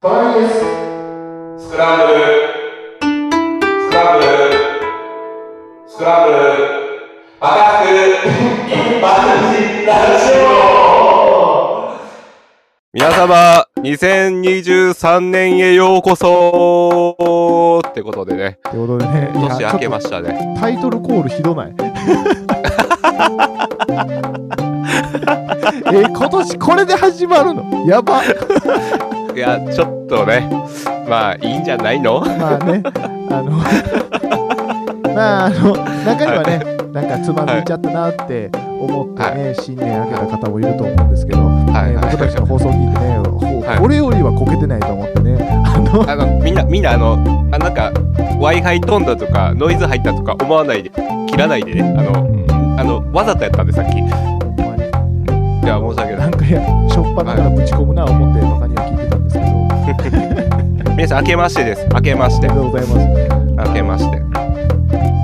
トライです。スクランブルスクランブルスクランブルバカスク 一般人ラジオ皆様、2023年へようこそってことでね、ってことでね、年明けまししたね。タイトルコールひどない。 え、今年これで始まるのやば。いや、ちょっとね、まあ、いいんじゃないのまあね、あの、 まあ、あの、中にはね、なんかつまずいちゃったなって思ってね、新年明けた方もいると思うんですけど、はいねはい僕たちの放送聞いてね、ほはいこれよりはこけてないと思ってね、あの、あの、みんな、みんな、あの、あなんか、Wi-Fi 飛んだとか、ノイズ入ったとか思わないで、切らないでね、あの、あの、わざとやったんで、さっき。いほんまにや、申し訳なないん。かや、しょっぱなからぶち込むな思って、中には聞いてたんですけど、あ皆さん、明けましてです。明けましりてが。とうございます。明けまして。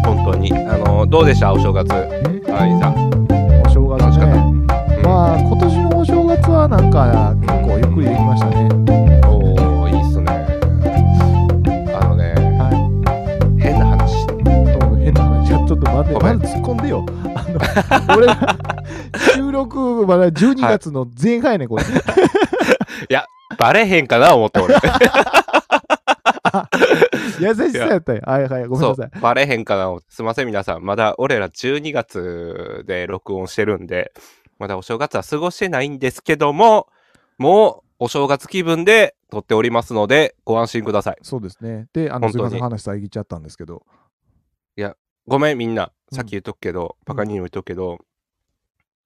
本当に。あの、どうでしたお正月。はい、さん。お正月楽しかった。ね。うんまあ、今年のお正月はなんか、結構ゆっくりできましたね。おーいいっすねあのねは変な話い。どうも変な話。ちょっと待って、ごめまだん突っ込んでよ。あの、俺ら、収録、まだ12月の前半やね、これ。バレへんかな思って 俺優しさやったよ。はいはい、ごめんそ。なさいうバレへんかな思ってすいません皆さんまだ俺ら12月で録音してるんでまだお正月は過ごしてないんですけどももうお正月気分で撮っておりますのでご安心くださいそうですね。で、あの、本す当にみません、話遮っちゃったんですけど。ごめんみんなうんさっき言っとくけど、バカにも言っとくけど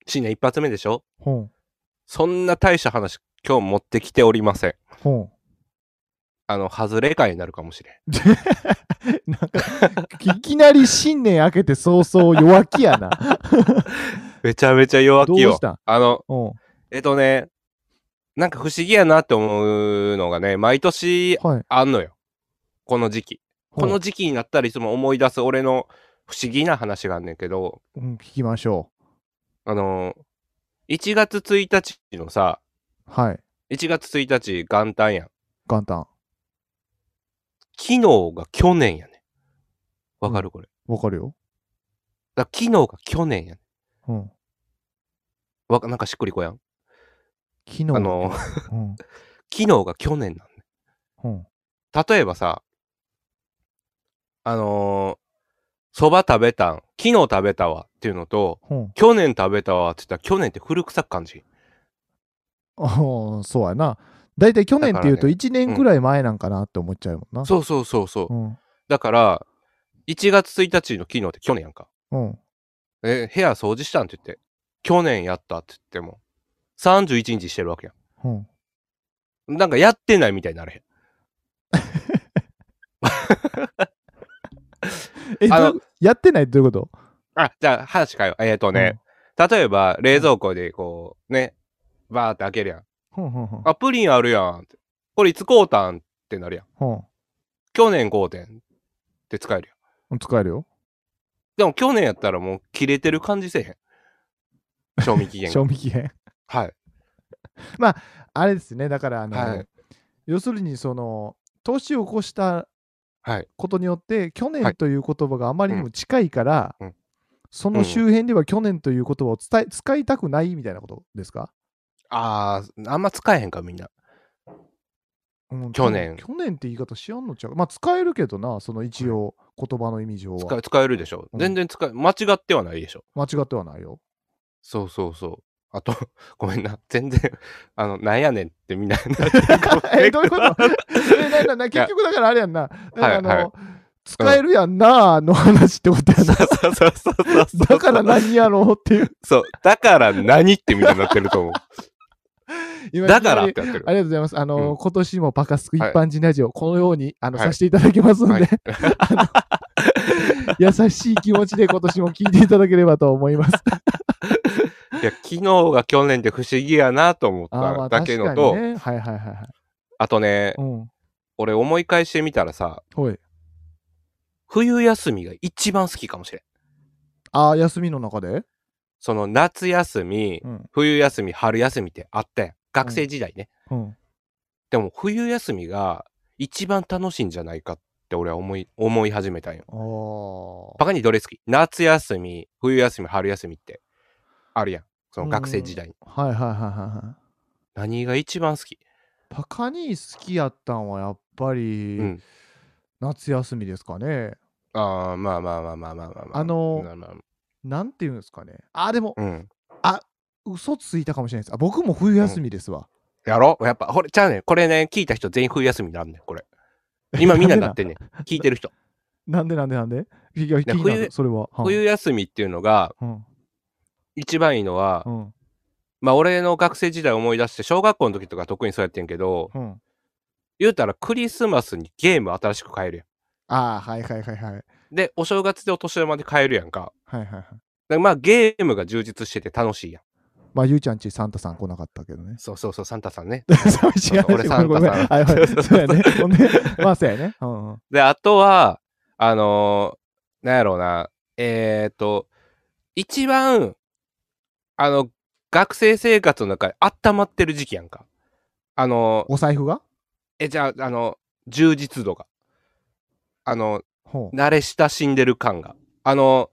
新年一発目でしょ本、そんな大した話今日持ってきておりません本。あの外れ会になるかもしれんなんか、いきなり新年明けて早々弱気やな。めちゃめちゃ 弱どう気よしたんあのうん。はえっとね、なんか不思議やなって思うのがね、毎年い。あんのよ。この時期。この時期になったらいつも思い出す俺の不思議な話があんねんけど、うん、聞きましょあのー、1月1日のさ、う。はい。 1月1日元旦やん。元旦。昨日が去年やねん。わかるこれ。わかるよ。だから昨日が去年やねうん。ん。わかなんかしっくりこやん。昨日。あのー、うん。 昨日が去年なんねうん。ん。例えばさ、あのー、そば食べたん、昨日食べたわっていうのと、うん。去年食べたわって言ったら去年って古臭く感じああ、 そうやな。大体去年っていうとだからね1年ぐらい前なんかなって思っちゃうもんな。そうそうそうそう、うん。だから1月1日の昨日って去年やんかうん。え部屋掃除したんって言って去年やったって言っても31日してるわけやうん。んなんかやってないみたいになれへんえ、あのどうやってないってどういうことあじゃあ話変えようえっ、とね、例えば冷蔵庫でこうねバーって開けるやんうん。うん。うん。あプリンあるやんってこれいつ買うたんってなるやんうん去年買うてんって使えるやんうん。使えるよ。でも去年やったらもう切れてる感じせえへん賞味期限が 賞味期限。はいあれですね。だから、あの、はい要するに、その、年を越したはいことによって、去は年いという言葉があまりにも近いから、うんそうのん周辺では去年という言葉を伝え使いたくないみたいなことですか、ああ、あんま使えへんか、みんな。うん去年去年って言い方しやんのちゃうまあ使えるけどな、その一応、言葉の意味上使はえ。使えるでしょ。うん全然使え、間違ってはないでしょ。間違ってはな いよ。そうそうそう。あと、 ごめんな。全然、あの、なんやねんってみんななってるかもしれんけえ、どういうことえななな結局だからあれやんな。だからあの、はいはい使えるやんなーの話ってことやな。そうそうそうそうそう。だから何やろうっていう。そう。だから何ってみんななってると思 う。今 だからっいきてなってるなりあ。りがとうございます。あの、うん今年もバカスク一はい般人ラジオ、このようにあの、はいさせていただきますのはで、い あの優しい気持ちで今年も聞いていただければと思 います。いや、昨日が去年で不思議やなと思っあーまたあだけのと、確かにね、はいはいはいはい。あとね、うん。俺思い返してみたらさ、ほい。冬休みが一番好きかもしれん。ああ、休みの中でその夏休み、うん。冬休み、春休みってあったやん。学生時代ね。うん。でも冬休みが一番楽しいんじゃないかって俺は思い、思い始めたんよ。おバカにどれ好き夏休み、冬休み、春休みってあるやん。その学生時代に。はいはいはいはいはい。何が一番好きパカに好きやったんはやっぱり、うん夏休みですかね。ああ、まあまあまあまあまあまあまあ。あのーまあまあなんていうんですかね。あ、でも、うん。嘘ついたかもしれないです。あ、僕も冬休みですわ。やろやっぱ、ほれ、ちゃうねんこれね、聞いた人全員冬休みなんねんこれ。今みんななって んねん。聞いてる人。なんでなんでなんでいや、気にな冬る、それは。はい冬休みっていうのが、うん。一番いいのは、うん。まあ俺の学生時代思い出して、小学校の時とか特にそうやってんけど、うん。言うたらクリスマスにゲーム新しく買えるやああ、はいはいはいはい。はいん。で、お正月でお年玉で買えるやんか。はいはい。だからまあゲームが充実してて楽しいやん。まあ、ゆうちゃんちサンタさん来なかったけどね。そうそうそう、サンタさんね。 寂しい話俺サンタさんごめごめはい はいそうやね。ほんで、まあ、そうやね。うんうん。で、あとは、あのーなんやろうな、えーと、一番、あの、学生生活の中で温まってる時期やんか。あのーお財布がえ、じゃあ、あの、充実度が。あの、ほう。慣れ親しんでる感が。あの、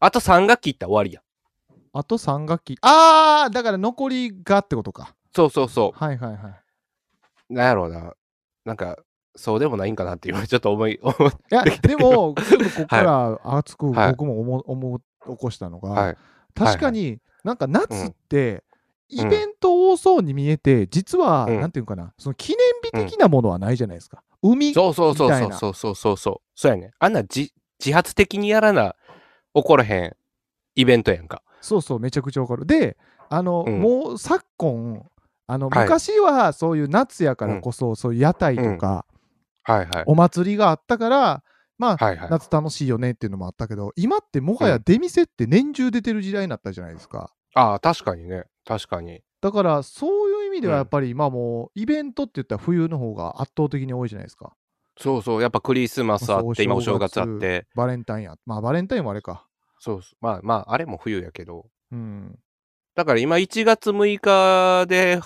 あと3学期いったら終わりやん。あと3学期。ああ、だから残りがってことか。そうそうそはいはいはい。う。なんやろうな。なんか、そうでもないんかなって 今ちょっと思い、思っいや、でも、ちょっとここかはいら熱くはい僕も思う思う起こしたのが、はい確かに、なんか夏って、イベント多そうに見えて、実は、うんなんていうかな、その記念日的なものはないじゃないですか。海、そうそうそうみたそいうなそうそうそうそう。そうやね。あんな自自発的にやらな、起こらへんイベントやんか。そうそう、めちゃくちゃわかる。で、あの、うんもう昨今、あのはい昔はそういう夏やからこそ、そういう屋台とか、はいはい。お祭りがあったから、まあ、はいはい。夏楽しいよねっていうのもあったけど、今ってもはや出店って年中出てる時代になったじゃないですか。ああ、確かにね。確かに。だからそういう意味ではうんやっぱり今もうイベントって言ったら冬の方が圧倒的に多いじゃないですか。そうそう。やっぱクリスマスあっそうそうて、今お正月あっお正て。バレンタインや。まあバレンタインもあれか。そうそうまあまあ、あれも冬やけど。うん。だから今1月6日で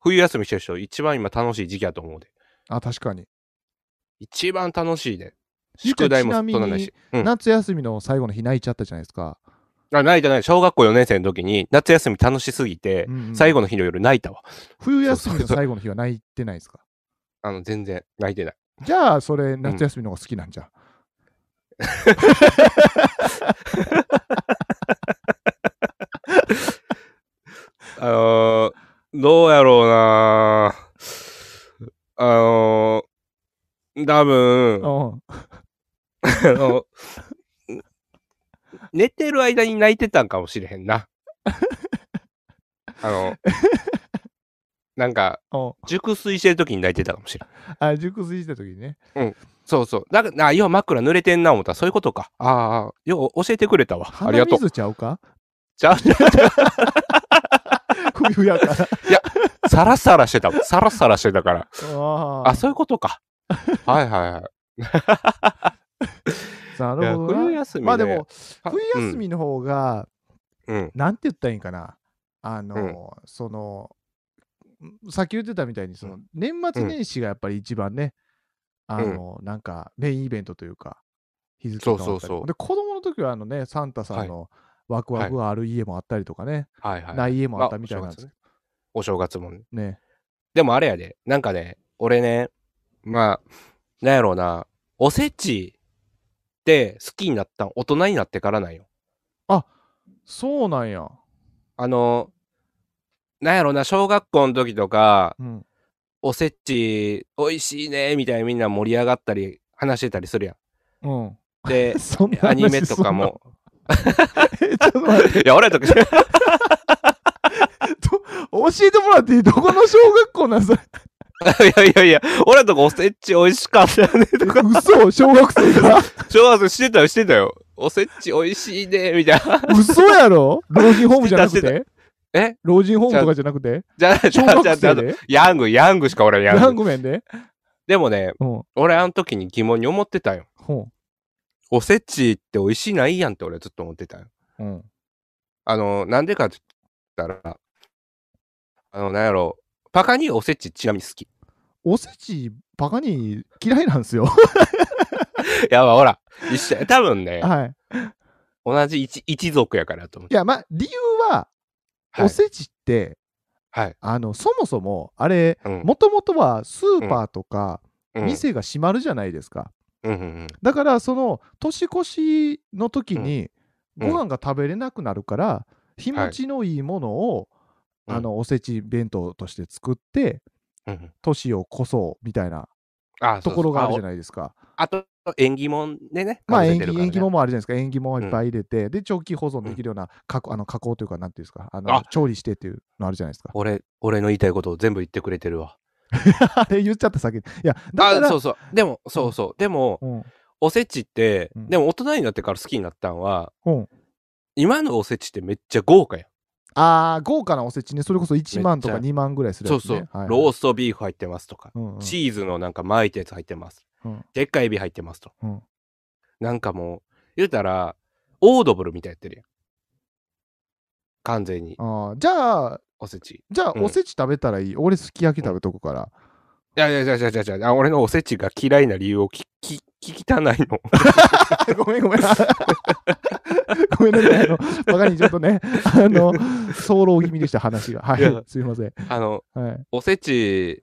冬休みしてる人、一番今楽しい時期やと思うで。あ、確かに。一番楽しいで。ゆうちゃ宿ん題もちそなんみなにないし。うん、夏休みの最後の日泣いちゃったじゃないですか。あ泣いたない。小学校4年生の時に夏休み楽しすぎて、うんうん最後の日の夜泣いたわ。冬休みそのうそう最後の日は泣いてないですか。あの、全然泣いてない。じゃあそれ夏休みの方が好きなんじゃん。あのーどうやろうなあのー多分、あうん。 の、寝てる間に泣いてたんかもしれへんな。あ の、なんか、うん熟睡してる時に泣いてたかもしれん。あ、熟睡した時にね。そうそう。だから、あ、よう枕濡れてんな思ったら、そういうことか。ああ、よう教えてくれたわ。あり鼻がとう。水ちゃうかちゃうち ゃうちゃ冬やから。うサラサラしてた もん。サラサラしてたから。ああ、そういうことか。はいはいはい。あ。なるほいどや冬休み、な。ね、まあでも、あ、冬休みの方が、うん、うん。なんて言ったらいいんかなあの、そのんさっき言ってたみたいにその、う年末年始がやっぱり一番ね、あの、なんかメインイベントというか日付が変わっそたりうそうそうで子供の時はあのねサンタさんのワクワクがある家もあったりとかね、はいはい。ない家もあったみたいなんですけどお正月もね。ねでもあれやで、なんかね、俺ね、まあ、なんやろうな、おせちって好きになったん大人になってからなんよ。そうなんや、あの、なんやろうな、小学校の時とか、うん、おせち美味しいねみたいなみんな盛り上がったり話してたりするやうんん。 で そんな話アニメとかも。すんのえちょっと待って いや俺らとか教えてもらっていいどこの小学校なんそれいやいやいや俺らとかおせち美味しかったよね とか嘘小学生が小学生してたよしてたよおせち美味しいねみたいな 嘘やろ老人ホームじゃなくしてたてえ老人ホームとかじゃなくてじゃあじ小ゃあじゃあ学じゃ生あでヤングヤングしか俺らヤランンググ面で、でもねうん、俺あの時に疑問に思ってたよほおせちって美味しいないやんって俺はずっと思ってたよう、うん、あのなんでかって言ったらあのなんやろパカにおせちちなみに好きおせち、バカに嫌いなんですよ。やばい、ほら。一緒多分ね、はい。同じ一一族やからと思っいて。や、まあ、理由は、はいおせちって、はい。あの、そもそも、あれ、うん。もともとはスーパーとか、うん店が閉まるじゃないですか。うんうんだから、その、年越しの時に、うんご飯が食べれなくなるから、日持ちのいいものを、うんあの、おせち弁当として作って、うんうん。年を越そうみたいなあところがあるじゃないないですか。あと、縁起物でね。まあ被せ縁て起るからね縁起物もあるじゃないですか。縁起物をいっぱい入れて、で、長期保存できるような加工,、あの加工というか、なんていうんですかあのあ。調理してっていうのあるじゃないですか 俺、俺の言いたいことを全部言ってくれてるわ。あれ言っちゃった先に。いや、だから、あ、そうそう。でも、そうそう。でも、うんおせちって、うんでも大人になってから好きになったんは、うん今のおせちってめっちゃ豪華やん。あー豪華なおせちね、それこそ1万とかめっちゃ2万ぐらいするそやうつ、そね。う。ロース、ストビーフ入ってますとか、うんうんチーズのなんか巻いたやつ入ってます。うんでっかいエビ入ってますと。うんなんかもう、言うたら、オードブルみたいやってるやん。完全に、あーじゃあ、おせち。いじゃあ、うんおせち食べたらいい。俺、すき焼き食べとく から。やいやいやいやいやいやあ俺のおせちが嫌いな理由を聞き、聞きたない の。ごめんごめん。 ごめんなさい。あの、バカにちょっとね、あの、早漏気味でした、話が。はいやい、すいません。あの、はい。おせち、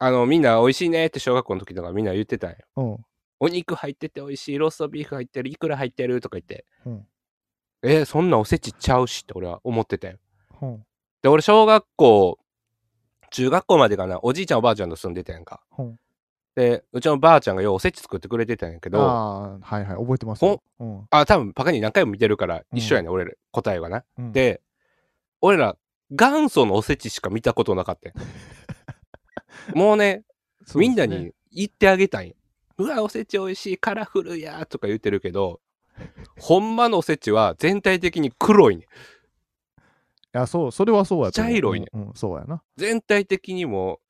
あの、みんな美味しいねって小学校の時とかみんな言ってたんよ。うん。お肉入ってて美味しい、ローストビーフ入ってる、いくら入ってるとか言って。うんえーそんなおせちちゃうしって俺は思ってたよ。うん。で、俺、小学校、中学校までかな、おじいちゃんおばあちゃんと住んでたやんか。うんで、うちのばあちゃんがようおせち作ってくれてたんやけど、あああ、はいはい、覚えてますよ。うんあ、多分パカに何回も見てるからうん一緒やね、俺ら答えがな。うん、で、俺ら、元祖のおせちしか見たことなかったん もうね、そうですねみんなに言ってあげたいんよ。うわ、おせち美味しい、カラフルやーとか言ってるけ ど、ほんまのおせちは全体的に黒いね。いや、そう、それはそうやと思茶う色いね。うん、うんそうやな。全体的にも、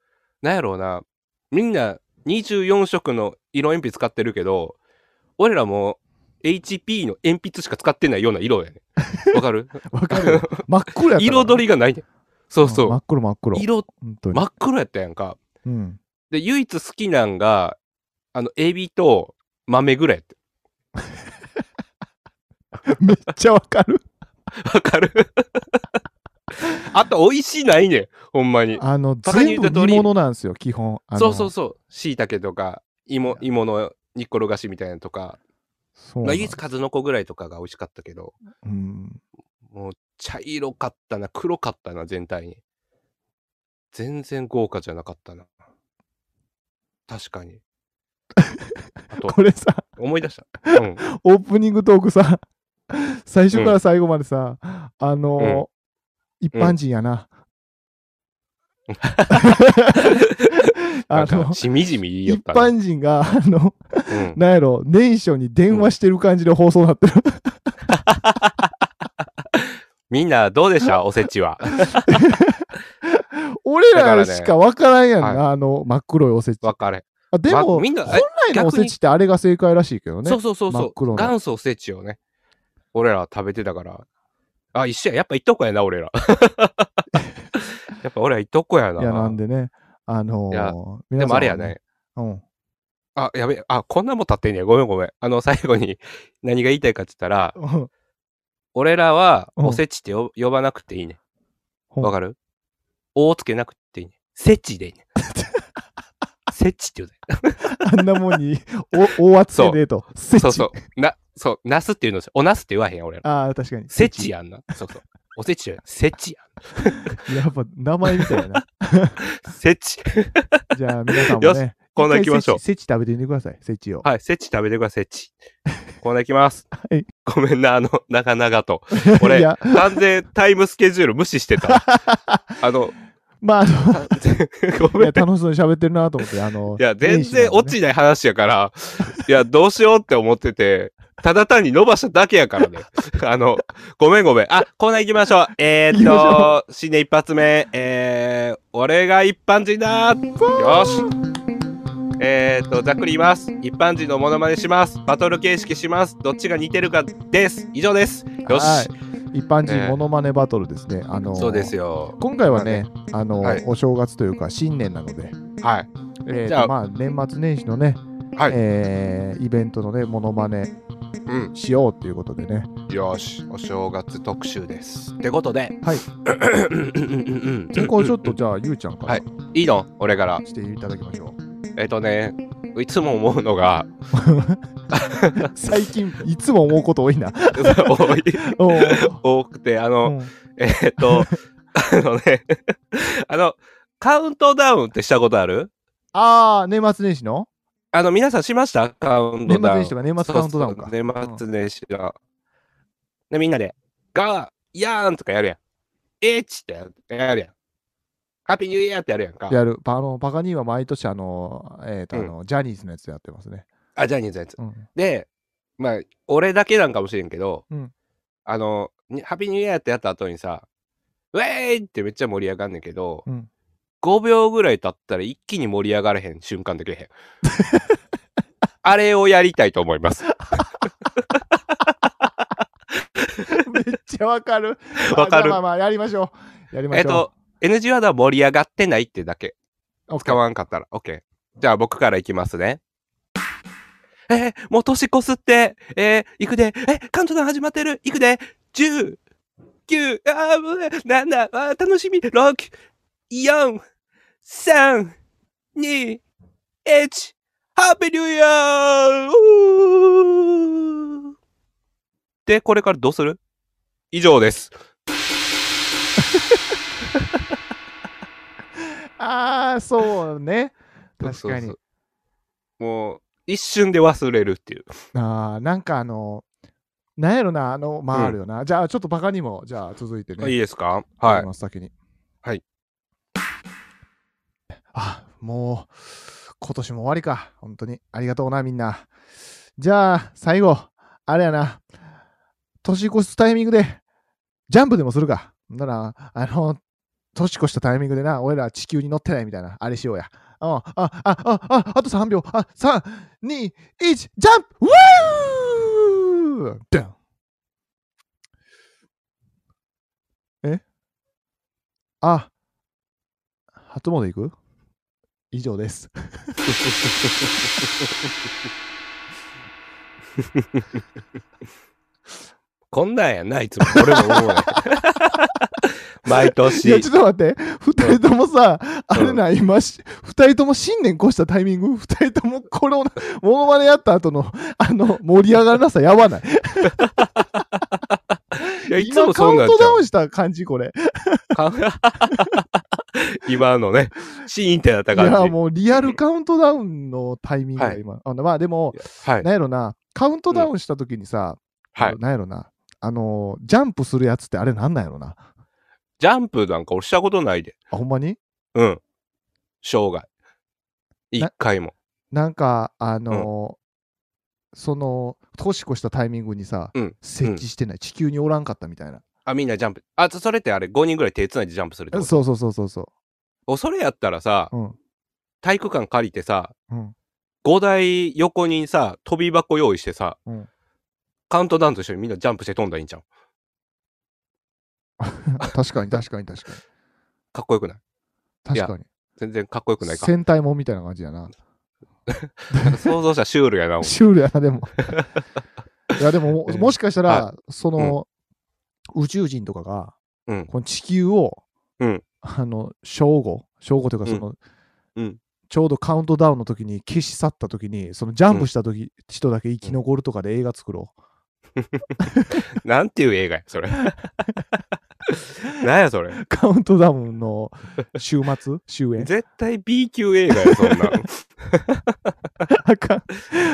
なんやろうな、みんな24色の色鉛筆使ってるけど、俺らもう HP の鉛筆しか使ってないような色やね。 わかるわ かるよ。真っ黒やったから。彩りがないね。そううん真そっ黒真っう。黒。色、本当に。真っ黒やったやんか。うん。 で、唯一好きなんが、あの、エビと豆ぐらいやって。 めっちゃわかる。わかる あと、美味しいないねん。ほんまに。あの、バカに全言っ部た通り煮物なんですよ、基本。あのそうそうそう。しいたけとか、芋、芋の煮っころがしみたいなのとか、そうまなあ、ん唯一数の子ぐらいとかが美味しかったけど、うん。もう茶色かったな、黒かったな、全体に。全然豪華じゃなかったな。確かに。あと、これさ、思い出した。うん。オープニングトークさ、最初から最後までさ、あのー、一般人やな。な あんか、の、しみじみ言いよっ一たね、般人が、あの、うんなんやろ、年初に電話してる感じで放送になってる。みんな、どうでしたおせち は。俺らしか分からんやんな、あの、真っ黒いおせち。わかれ。あでも、わみんな、本来のおせちってあれが正解らしいけどね。そうそうそう真っそう。黒な元祖おせちをね、俺らは食べてたから。あ、一緒や。やっぱいっとこやな、 俺ら。やっぱ俺らいっとこやな。いや、なんでね。あのーいやで皆さんもはあれやね。。うん。 あ、やべえ。あ、こんなもん立ってんねや。ごめんごめん。あの、最後 に何が言いたいかって言ったら、うん俺らはうんおせちってよ呼ばなくていいね。うんわかるおをつけなくていいね。せちでいいね。 せちって言うね。あんなもんに、お、 大扱いでと。せち。そうそう。な、そう、なすって言うのですよ。おなすって言わへんやん、俺ら。ああ、確かに。せち。やんな。そうそう。おせちじゃないせちや やっぱ、名前みたいや な。ん。せち。じゃあ、皆さんもよね。こんな行きましょう一。回せちせち食べてみてください、せちを。はい、セチ食べてください、セチ。こんな行きます。はいごめんな、あの、長々と。俺 いや、完全タイムスケジュール無視して た。あの、まあ、あの完全ごいめやん。い楽しそうに喋ってるなと思って、あの、や、全然落ちちない話やから、いや、どうしようって思ってて、ただ単に伸ばしただけやからね。 あの、ごめんごめん。あ、コーナー行きましょう。えー、っと、新年一発目、えー、俺が一般人だよしえー、っと、ざっくり言います。一般人のモノマネします。バトル形式します。どっちが似てるかです。以上です。よし。一般え人えモノマネバトルですね。あの、そうですよ。今回はね、あの、はいお正月というか新年なので、はい。えーじゃとあまあ、年末年始のね、はいえーイベントのね、モノマネうん。しようということでね。よし、お正月特集です。ってことで、はい。先行ちょっとじゃあ、ゆうちゃんから、はいいいの俺から。していただきましょう。えっとね、いつも思うのが、 最近、いつも思うこと多 いな。多いおー多くて、あうの、んえっと、あのね、 あの、カウントダウンってしたことあるああ、年末年始のあの、皆さんしましたカウン年ト末ダウン。年始とか年末カウントダウンか。そうそう年末年始が。で、みんなで、ガー、ヤーンとかやるやん。えーっちってやるやん。ハッピーニューイヤーってやるやんか。やる。パあのパガニーは毎年あの、えーとあのジャニーズのやつやってますね。あ、ジャニーズのやつ。うん で、まあ、俺だけなんかもしれんけど、うんあの、にハッピーニューイヤーってやった後にさ、ウェーイってめっちゃ盛り上がんねんけど、うん5秒ぐらい経ったら一気に盛り上がれへん瞬間できへん。あれをやりたいと思います。めっちゃわかる。 わかあじゃあるまあまあ、やりましょう。やりまえっしょと、NG ワードは盛り上がってないってだけ。う。オッケ使ーわんかったら。OK。じゃあ僕からいきますね。えーもう年越すって、えー、行くで、えー、カウントダウン始まってる、行くで、10、9、あー、もうね、7、あー楽しみ、6、4、3、2、1、ハッピーニューイヤーうーで、これからどうする以上です。ああ、そうね。確そうかそうにそ。うもう、一瞬で忘れるっていう。ああ、なんかあの、なんやろな、あの、まうんああるよな。じゃあ、ちょっとパガニーも、じゃあ続いてね。いいですかははいい。ます先に。はい。あ、もう、今年も終わりか。本当に。ありがとうな、みんな。じゃあ、最後、あれやな。年越すタイミングで、ジャンプでもするか。ほんだら、あの、年越したタイミングでな、俺ら地球に乗ってないみたいな、あれしようや。うんあ、あ、あ、あ、あ、あと3秒。あ、3、2、1、ジャンプウォーダンあ、初詣行く以上です。こんなんやんないつも俺も思うね毎いや、年ちょっと待って、二人ともさ、あれな、今し、二人とも新年越したタイミング、二人ともこの、 モノマネやった後の、あの、盛り上がらなさ、やばない。い やいつ今、もカそウうンなんトちダゃウうンした感じ、これ。今のねシーンってなったいや、感じもう、リアルカウントダウンのタイミングが今。あのまあ、でも、はいなんやろな、カウントダウンした時にさ、はいなんやろな、あの、ジャンプするやつってあれなんなんやろな。ジャンプなんか俺したことないであ、ほんまにうん生涯な一回もなんか、あのーその、年越したタイミングにさ、うん設置してない、地球におらんかったみたいな。あみんなジャンプあそそれってあれ5人ぐらい手つないでジャンプするってことそうそうそうそうそおそれやったらさう。うん。体育館借りてさうん。 5台横にさ飛び箱用意してさ、うんカウントダウンと一緒にみんなジャンプして飛んだらいいんちゃう確かに確かに確かに。かっこよくない い確やかに。全然かっこよくないか戦隊もんみたいな感じやな。なんか想像したらシュールや なシュールやな、で も。いや、でも、ももしかしたら、はその、宇宙人とかが、うんこの地球を、うんあの、正午、正午というか、その、うんちょうどカウントダウンの時に消し去った時に、そのジャンプした時、人だけ生き残るとかで映画作ろなんていう映画や、それ。なんや、それ。う。カウントダウンの週 末、終焉。絶対 B 級映画や、そんなん。あかん。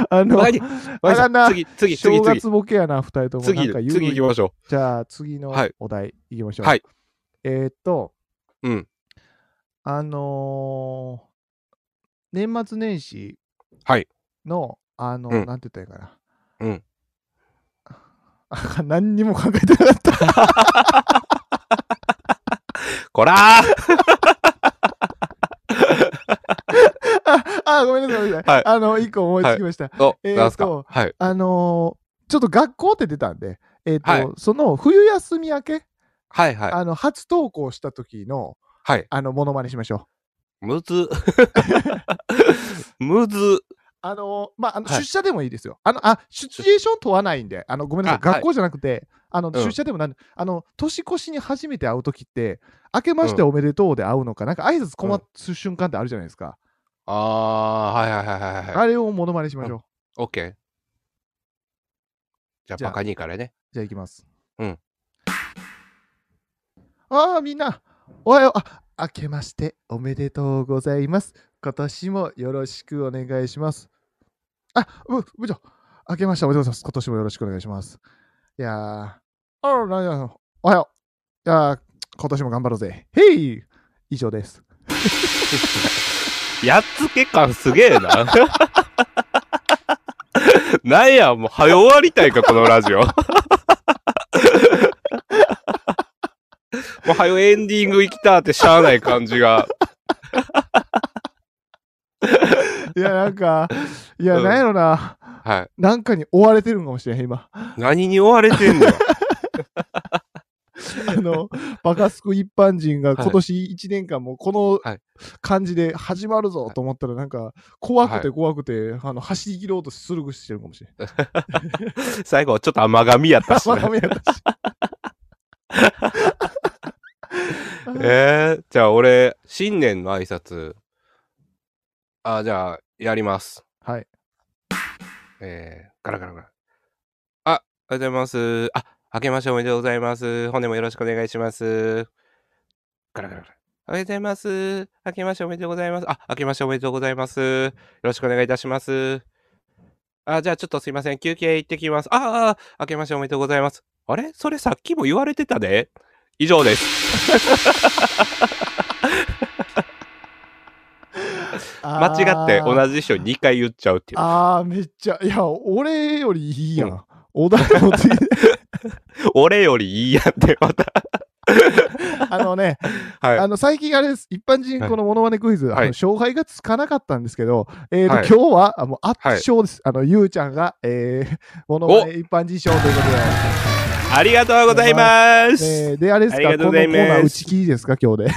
あの、マジ あかんな次、次、次、正次。月ボケやな、二人とも。なん次か、言う次行きましょじゃあ次のはいお題いきましょう。はいえーっと、うんあのー年末年始はいの、あの、うんなんて言ったらいいかな。うんあ。何にも考えてなかった。 う。こらーああ、ごめんなさい、ごめんなさい。はいあの、一個思いつきました。お、えーとなんすかはい。あのーちょっと学校って出たんで、えーっと、はいその冬休み明け、はい、はい。あの初登校した時のはい。あのモノマネしましょむ ず。むず。あのまあ、あのはい出社でもいいですよ。あのあシチュエーション問わないんで、あのごめんなさい、あはい学校じゃなくて、あのん出社でもなんで、あの年越しに初めて会うときって、明けましておめでとうで会うのか、なんか挨拶困す瞬間ってあるじゃないですか。ああ、はいはいはいはい。はいあれをモノマネしましょう。オッケー。じゃじあ、ゃあバカにからね。じゃあ、いきます。うん。ああ、みんな、おはよう。あ明けましておめでとうございます。今年もよろしくお願いします。あ、ぶ、部長、明けましておめでとうございます。今年もよろしくお願いします。いやー、あら、なんや、おはよう。いやー、今年も頑張ろうぜ。へい以上です。やっつけ感すげえな。なんや、もう、早終わりたいか、このラジオ。もう、早エンディング行きたってしゃあない感じが。いや、なんか、いや、うんなんやろな、はなんかに追われてるんかもしれへん、今。い。何に追われてん のよ あの、バカスク一般人がはい今年1年間もこはのい感じで始まるぞと思ったらなんか怖くて怖くて、あの走り切ろうとするぐしてるか もしれない。最後、ちょっと甘噛みやったし、まあねダ。メやったし えー、じゃあ俺、新年の挨拶、あ、じゃあ、やります。 はい。えー、ガラガラガラ。あ、おはようございます。あ、明けましておめでとうございます。本年もよろしくお願いします。ガラガラガラ。おはようございます。明けましておめでとうございます。あ、明けましておめでとうございます。よろしくお願いいたします。あ、じゃあちょっとすいません。休憩行ってきます。ああ、明けましておめでとうございます。あれそれさっきも言われてたで。以上です。間違ってじ。同じ人に2回言っちゃうっていう。あーめっちゃ、いや、俺よりいいやん。お題もついて俺よりいいやんって、また。あのね、はい。あの最近あれです、一般人はいこのモノマネクイズ、はいあの勝敗がつかなかったんですけど、えーとはい今日はあもう圧はい勝です。あのゆうちゃんが、えー、 モノマネ一般人賞ということで。ありがとうございます、えーで、あれですありがか、とこうのごコざいーますナー打ち切りですか、今日で。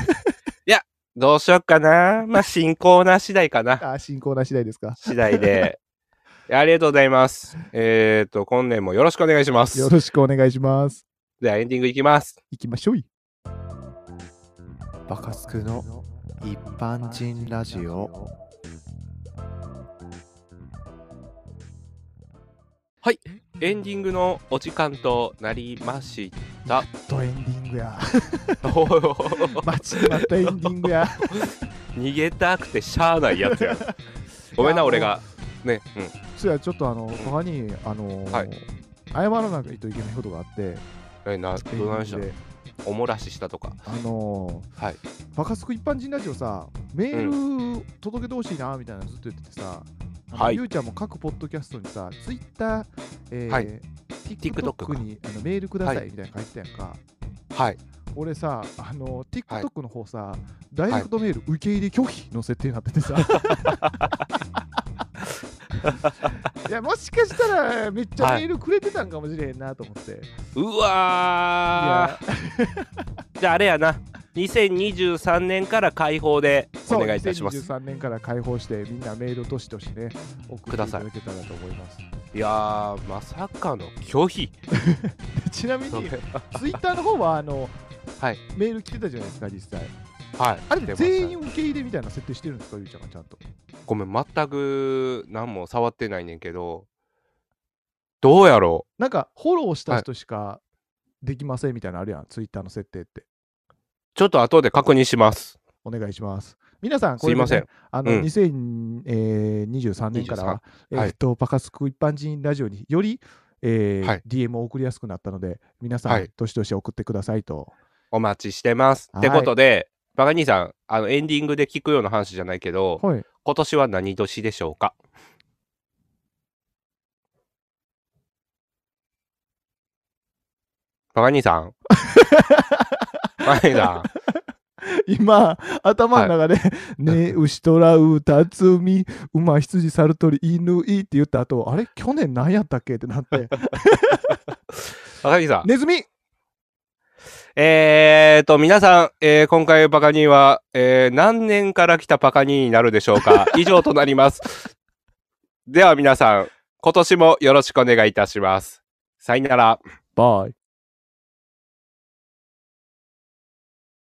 どうしよっかな。まあ、進行な次第か な。あー進行な次第ですか。次第で。いやありがとうございます。えっ、ー、と、今年もよろしくお願いしまよす。ろしくお願いします。では、エンディングいきます。いきましょうい。バカスクの一般人ラジオエンディングのお時間となりました。とエンディングや。 おー待ちに待ったエンディングや。逃げたくてしゃあないやつや。ごめんいやな、俺が。ね、うん。そや、ちょっとあの、他に、あのーはい謝らないといけないことがあって、え、な、どうなんでしょエンディングう。でおもらししたとか。あのーはい。バカスク一般人ラジオさ、メール届けてほしいな、みたいなのずっと言っててさ、あのはいゆうちゃんも各ポッドキャストにさ、ツイッター、えーはい TikTok か TikTok にあのメールくださはいいみたいなの書いてたやんか。はい。俺さ、あの TikTok の方さ、ダイレクトメール受け入れ拒否の設定になっててさ。 いやもしかしたらめっちゃはいメールくれてたんかもしれへんなと思って、いうわー。やじゃああれやな2023年から開放でおそう願いいたします2023年から開放してみんなメールとしとしね送っていただけたらと思いますいやーまさかの拒否でちなみそにれツイッターの方はあの、 はいメール来てたじゃないですか実際はいあれ出ました全員受け入れみたいな設定してるんですかゆうちゃんがちゃんとごめん全く何も触ってないねんけどどうやろなんかフォローした人しかできませんみたいなのあるやんツイッターの設定ってうちょっと後で確認しますお願いします。皆さん、すいませんこれでねあの、うん2023年からは、 23はいえっと、パカスク一般人ラジオにより、えーはい DM を送りやすくなったので、皆さん、はいどしどし送ってくださいと。お待ちしてます、はいってことでバカ兄さんあのエンディングで聞くような話じゃないけどはい。今年は何年でしょうかバカ兄さ んバカ兄さん今、頭の中で、ね、牛とらう、たつみ、馬、羊、猿鳥、犬、いって言った後、あれ、去年何やったっけってなって、バカ兄さんネズミえーと、皆さん、えー今回パカニーは、えー何年から来たパカニーになるでしょうか以上となります。では皆さん、今年もよろしくお願いいたします。さよなら。バイ。